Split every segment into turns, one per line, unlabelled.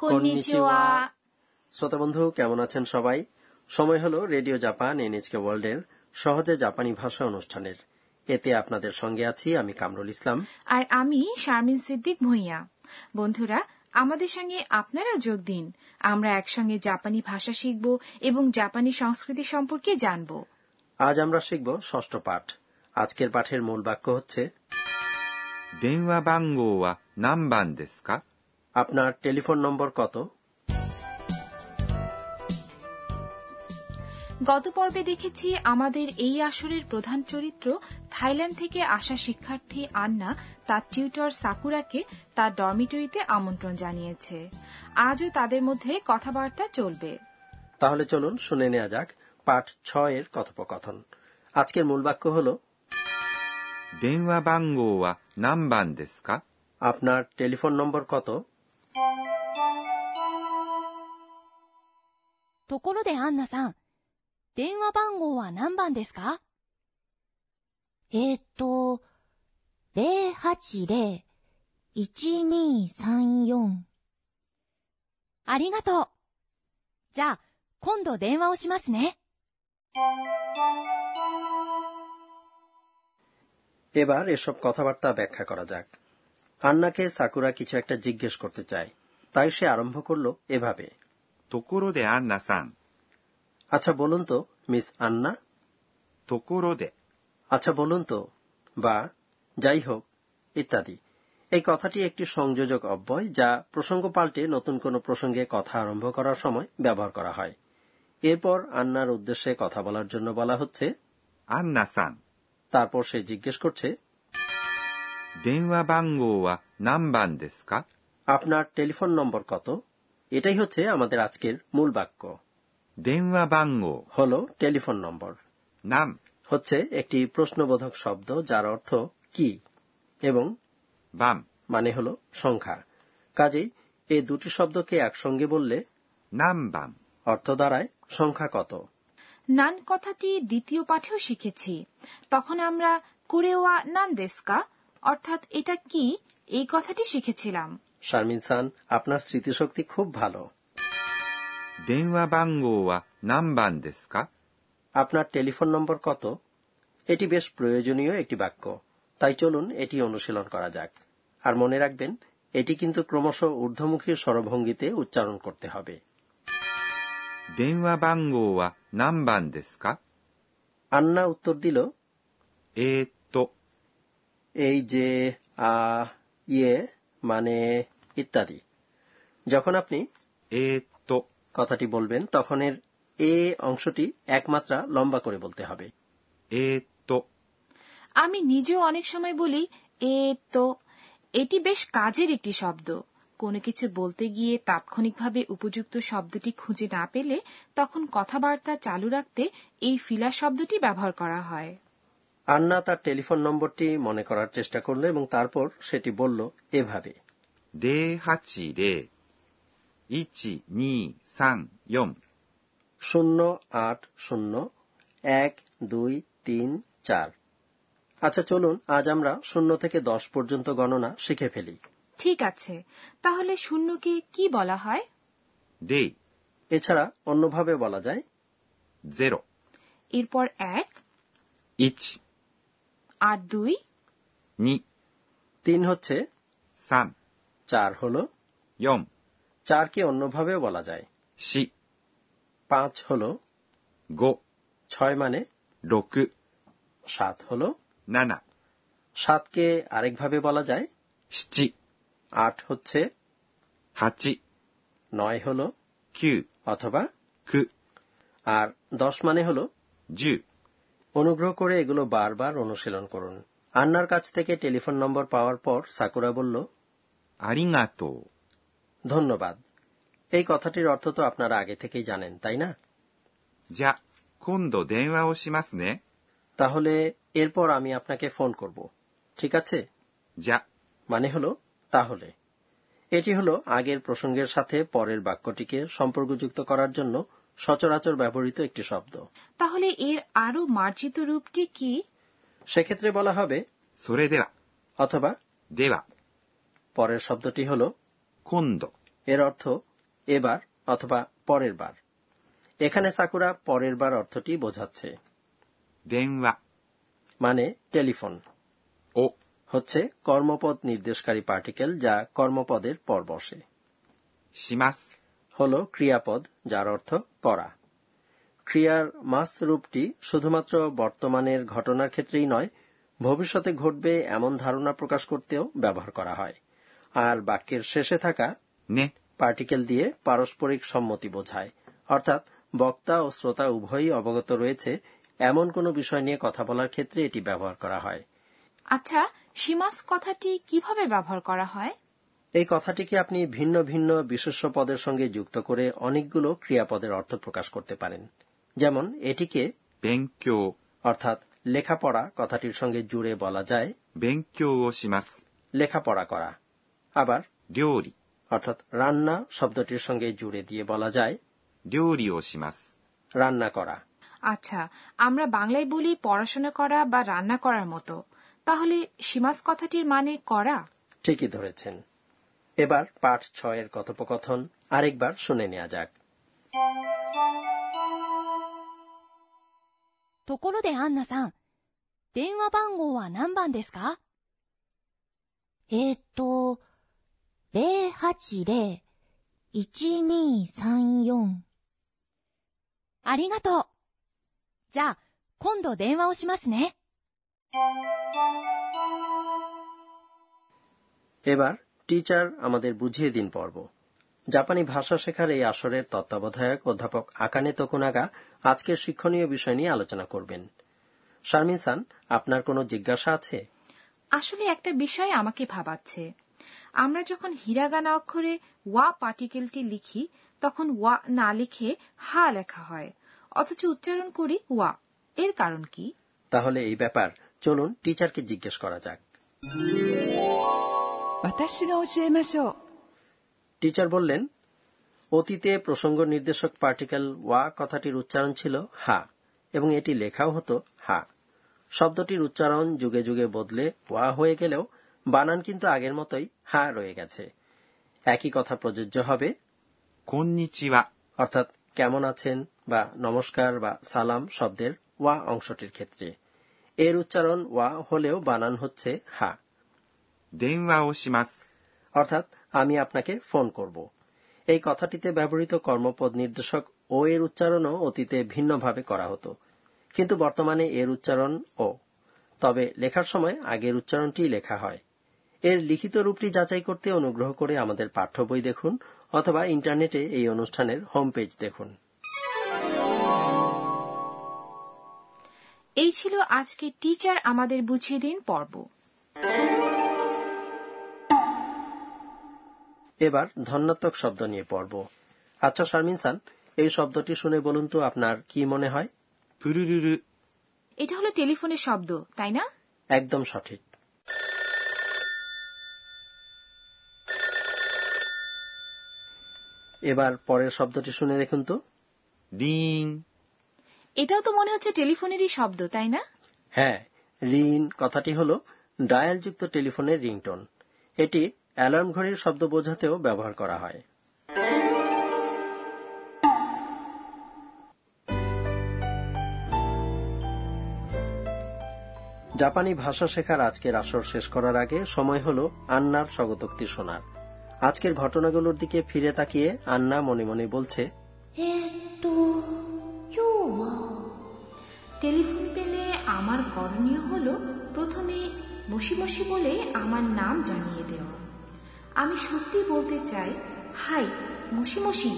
Konnichiwa.
শ্রোতা বন্ধু কেমন আছেন সবাই সময় হলো রেডিও জাপান এনএচকে ওয়ার্ল্ডের সহজে জাপানি ভাষা অনুষ্ঠানের এতে আপনাদের সঙ্গে আছি আমি কামরুল ইসলাম
আর আমি শারমিন সিদ্দিক ভুঁইয়া বন্ধুরা আমাদের সঙ্গে আপনারা যোগ দিন আমরা একসঙ্গে জাপানি ভাষা শিখব এবং জাপানি সংস্কৃতি সম্পর্কে জানব
আজ আমরা শিখব ষষ্ঠ পাঠ আজকের পাঠের মূল বাক্য হচ্ছে
電話番号は何番ですか
আপনার টেলিফোন নম্বর কত
গত পর্বে দেখেছি আমাদের এই আসরের প্রধান চরিত্র থাইল্যান্ড থেকে আসা শিক্ষার্থী আন্না তার টিউটর সাকুরাকে তার ডরমিটরিতে আমন্ত্রণ জানিয়েছে আজও তাদের মধ্যে কথাবার্তা চলবে
তাহলে চলুন শুনে নেওয়া যাক পাঠ ছয় এর কথোপকথন আজকের মূল বাক্য হলো
電話番号は何番ですか
আপনার টেলিফোন নম্বর কত
ところでアンナさん、電話番号は何番ですかえー、っと、080-1234。ありがとう。じゃあ、今度電話をしますね。
এবার এসব কথাবার্তা ব্যাখ্যা করা যাক আন্নাকে সাকুরা কিছু একটা জিজ্ঞেস করতে চায় তাই সে আরম্ভ করলো এভাবে
ところでアンナさん、
আচ্ছা বলুন তো মিস আন্না
ところで
আচ্ছা বলুন তো বা যাই হোক ইত্যাদি এই কথাটি একটি সংযোজক অব্যয় যা প্রসঙ্গ পাল্টে নতুন কোনো প্রসঙ্গে কথা আরম্ভ করার সময় ব্যবহার করা হয় এরপর আন্নার উদ্দেশ্যে কথা বলার জন্য বলা হচ্ছে
アンナさん、
তারপর সে জিজ্ঞেস করছে
電話番号は何番ですか
আপনার টেলিফোন নম্বর কত এটাই হচ্ছে আমাদের আজকের মূল বাক্য
電話番号、
হল টেলিফোন নম্বর
何
হচ্ছে একটি প্রশ্নবোধক শব্দ যার অর্থ কি এবং
番、
মানে হল সংখ্যা কাজেই এই দুটি শব্দকে একসঙ্গে বললে
何番、
অর্থ দাঁড়ায় সংখ্যা কত
নান কথাটি দ্বিতীয় পাঠেও শিখেছি তখন আমরা কুরেওয়া নান দেস্কা অর্থাৎ এটা কি এই কথাটি শিখেছিলাম
শারমিন সান আপনার স্মৃতিশক্তি খুব ভালো
電話番号は何番ですか
আপনার টেলিফোন নম্বর কত এটি বেশ প্রয়োজনীয় একটি বাক্য তাই চলুন এটি অনুশীলন করা যাক আর মনে রাখবেন এটি কিন্তু ক্রমশ ঊর্ধ্বমুখী স্বরভঙ্গিতে উচ্চারণ করতে হবে
電話番号は何番ですか
আন্না উত্তর দিল
えー、っと、
এই যে আ ইয়ে মানে ইত্যাদি যখন আপনি
えー、っと、
কথাটি বলবেন তখন এর এ অংশটি একমাত্রা লম্বা করে বলতে হবে
えー、っと、
আমি নিজেও অনেক সময় বলি এ তো এটি বেশ কাজের একটি শব্দ কোনো কিছু বলতে গিয়ে তাৎক্ষণিকভাবে উপযুক্ত শব্দটি খুঁজে না পেলে তখন কথাবার্তা চালু রাখতে এই ফিলা শব্দটি ব্যবহার করা হয়
আন্না তার টেলিফোন নম্বরটি মনে করার চেষ্টা করলো এবং তারপর সেটি বলল এভাবে
080-1234
শূন্য আট শূন্য এক দুই তিন চার আচ্ছা চলুন আজ আমরা শূন্য থেকে দশ পর্যন্ত গণনা শিখে ফেলি
ঠিক আছে তাহলে শূন্যকে কি বলা হয়
0
এছাড়া অন্যভাবে বলা যায়
0
এরপর এক
1
আর দুই
2
তিন হচ্ছে
3
চার হল
4
চারকে অন্যভাবে বলা যায়
4
পাঁচ হল
5
ছয় মানে
6
সাত হল
7
সাতকে আরেকভাবে বলা যায়
7
আট হচ্ছে
8
নয় হল
9
অথবা
9
আর দশ মানে হলো
10
অনুগ্রহ করে এগুলো বারবার অনুশীলন করুন আন্নার কাছ থেকে টেলিফোন নম্বর পাওয়ার পর সাকুরা বলল
ありがと
ধন্যবাদ এই কথাটির অর্থ তো আপনারা আগে থেকেই জানেন তাই না
うじゃ今度電話をしますね
তাহলে এরপর আমি আপনাকে ফোন করব ঠিক আছে
じゃ
মানে হলো তাহলে এটি হলো আগের প্রসঙ্গের সাথে পরের বাক্যটিকে সম্পর্কযুক্ত করার জন্য সচরাচর ব্যবহৃত একটি শব্দ
তাহলে এর আরো মার্জিত রূপটি কি
সেক্ষেত্রে বলা হবে
それでは
অথবা
では
পরের শব্দটি হল
今度
এর অর্থ এবার অথবা পরের বার এখানে সাকুরা পরের বার অর্থটি বোঝাচ্ছে
電話
মানে টেলিফোন
を
হচ্ছে কর্মপদ নির্দেশকারী পার্টিকেল যা কর্মপদের পর বসে
します。
হল ক্রিয়াপদ যার অর্থ করা ক্রিয়ার মাস রূপটি শুধুমাত্র বর্তমানের ঘটনার ক্ষেত্রেই নয় ভবিষ্যতে ঘটবে এমন ধারণা প্রকাশ করতেও ব্যবহার করা হয় আর বাক্যের শেষে থাকা
ね、
পার্টিকেল দিয়ে পারস্পরিক সম্মতি বোঝায় অর্থাৎ বক্তা ও শ্রোতা উভয়ই অবগত রয়েছে এমন কোনো বিষয় নিয়ে কথা বলার ক্ষেত্রে এটি ব্যবহার করা হয়
আচ্ছা সীমাস কথাটি কিভাবে ব্যবহার করা হয়
এই কথাটিকে আপনি ভিন্ন ভিন্ন বিশেষ্য পদের সঙ্গে যুক্ত করে অনেকগুলো ক্রিয়াপদের অর্থ প্রকাশ করতে পারেন যেমন এটিকে
勉強、
অর্থাৎ লেখাপড়া কথাটির সঙ্গে জুড়ে বলা যায়
勉強をします。
লেখাপড়া করা আবার
料理、
অর্থাৎ রান্না শব্দটির সঙ্গে জুড়ে দিয়ে বলা যায়
料理をします。
রান্না করা
আচ্ছা আমরা বাংলায় বলি পড়াশোনা করা বা রান্না করার মতো তাহলে সীমাস কথাটির মানে করা
ঠিকই ধরেছেন এবার পাঠ ছয়ের কথোপকথন আরেকবার শুনে নেওয়া যাক
ところでアンナさん、電話番号は何番ですかえーっと、080-1234。ありがとう。じゃあ、今度電話をしますね。
এবার টিচার আমাদের বুঝিয়ে দিন পর্ব জাপানি ভাষা শেখার এই আসরের তত্ত্বাবধায়ক অধ্যাপক আকানে তকুনাগা আজকের শিক্ষণীয় বিষয় নিয়ে আলোচনা করবেন শারমিন সান আপনার কোনো জিজ্ঞাসা আছে
আসলে একটা বিষয় আমাকে ভাবাচ্ছে আমরা যখন হিরাগানা অক্ষরে ওয়া পার্টিকেলটি লিখি তখন ওয়া না লিখে হা লেখা হয় অথচ উচ্চারণ করি ওয়া এর কারণ কি
তাহলে এই ব্যাপার চলুন টিচারকে জিজ্ঞেস করা যাক
私が教えましょう
টিচার বললেন অতীতে প্রসঙ্গ নির্দেশক পার্টিকেল ওয়া কথাটির উচ্চারণ ছিল হা এবং এটি লেখাও হতো হা শব্দটির উচ্চারণ যুগে যুগে বদলে ওয়া হয়ে গেলেও বানান কিন্তু আগের মতোই হা রয়ে গেছে একই কথা প্রযোজ্য হবে
こんにちは、
অর্থাৎ কেমন আছেন বা নমস্কার বা সালাম শব্দের ওয়া অংশটির ক্ষেত্রে এর উচ্চারণ ওয়া হলেও বানান হচ্ছে হা
電話をします。
অর্থাৎ আমি আপনাকে ফোন করব এই কথাটিতে ব্যবহৃত কর্মপদ নির্দেশক ও এর উচ্চারণও অতীতে ভিন্নভাবে করা হতো কিন্তু বর্তমানে এর উচ্চারণ ও তবে লেখার সময় আগের উচ্চারণটি লেখা হয় এর লিখিত রূপটি যাচাই করতে অনুগ্রহ করে আমাদের পাঠ্য বই দেখুন অথবা ইন্টারনেটে এই অনুষ্ঠানের হোম পেজ দেখুন
এই ছিল আজকে টিচার আমাদের বুঝিয়ে দিন পর্ব
এবার ধন্যাত্মক শব্দ নিয়ে পড়ব আচ্ছা শারমিন সান এই শব্দটি শুনে বলুন তো আপনার কি মনে হয়
プルルル、
এটা হলো টেলিফোনের শব্দ তাই না
একদম সঠিক এবার পরের শব্দটি শুনে দেখুন তো
リーン、
এটাও তো মনে হচ্ছে টেলিফোনেরই শব্দ তাই না
হ্যাঁ রিন কথাটি হল ডায়ালযুক্ত টেলিফোনের রিংটোন এটি অ্যালার্ম ঘড়ির শব্দ বোঝাতেও ব্যবহার করা হয় জাপানি ভাষা শেখার আজকের আসর শেষ করার আগে সময় হল আন্নার স্বগতোক্তি শোনার আজকের ঘটনাগুলোর দিকে ফিরে তাকিয়ে আন্না মনে মনে বলছে
今日は
টেলিফোন পেলে আমার করণীয় হলো প্রথমে মশি মশি বলে আমার নাম জানিয়ে দেওয়া আমি সত্যি বলতে চাই হাই মশি মশি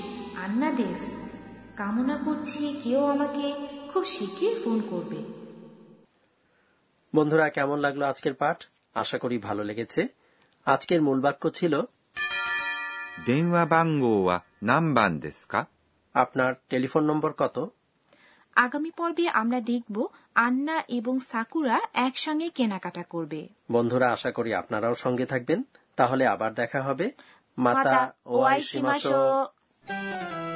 আন্না দেশ কামনা করছি কেউ আমাকে খুব শিখিয়ে ফোন করবে
বন্ধুরা কেমন লাগলো আজকের পাঠ আশা করি ভালো লেগেছে আজকের মূল বাক্য ছিল
電話番号は何番ですか
আপনার টেলিফোন নম্বর কত
আগামী পর্বে আমরা দেখব আন্না এবং সাকুরা একসঙ্গে কেনাকাটা করবে
বন্ধুরা আশা করি আপনারাও সঙ্গে থাকবেন তাহলে আবার দেখা হবে মাতা
মাতা
ওয়াই সীমাশো
ওয়াইশিমাশো।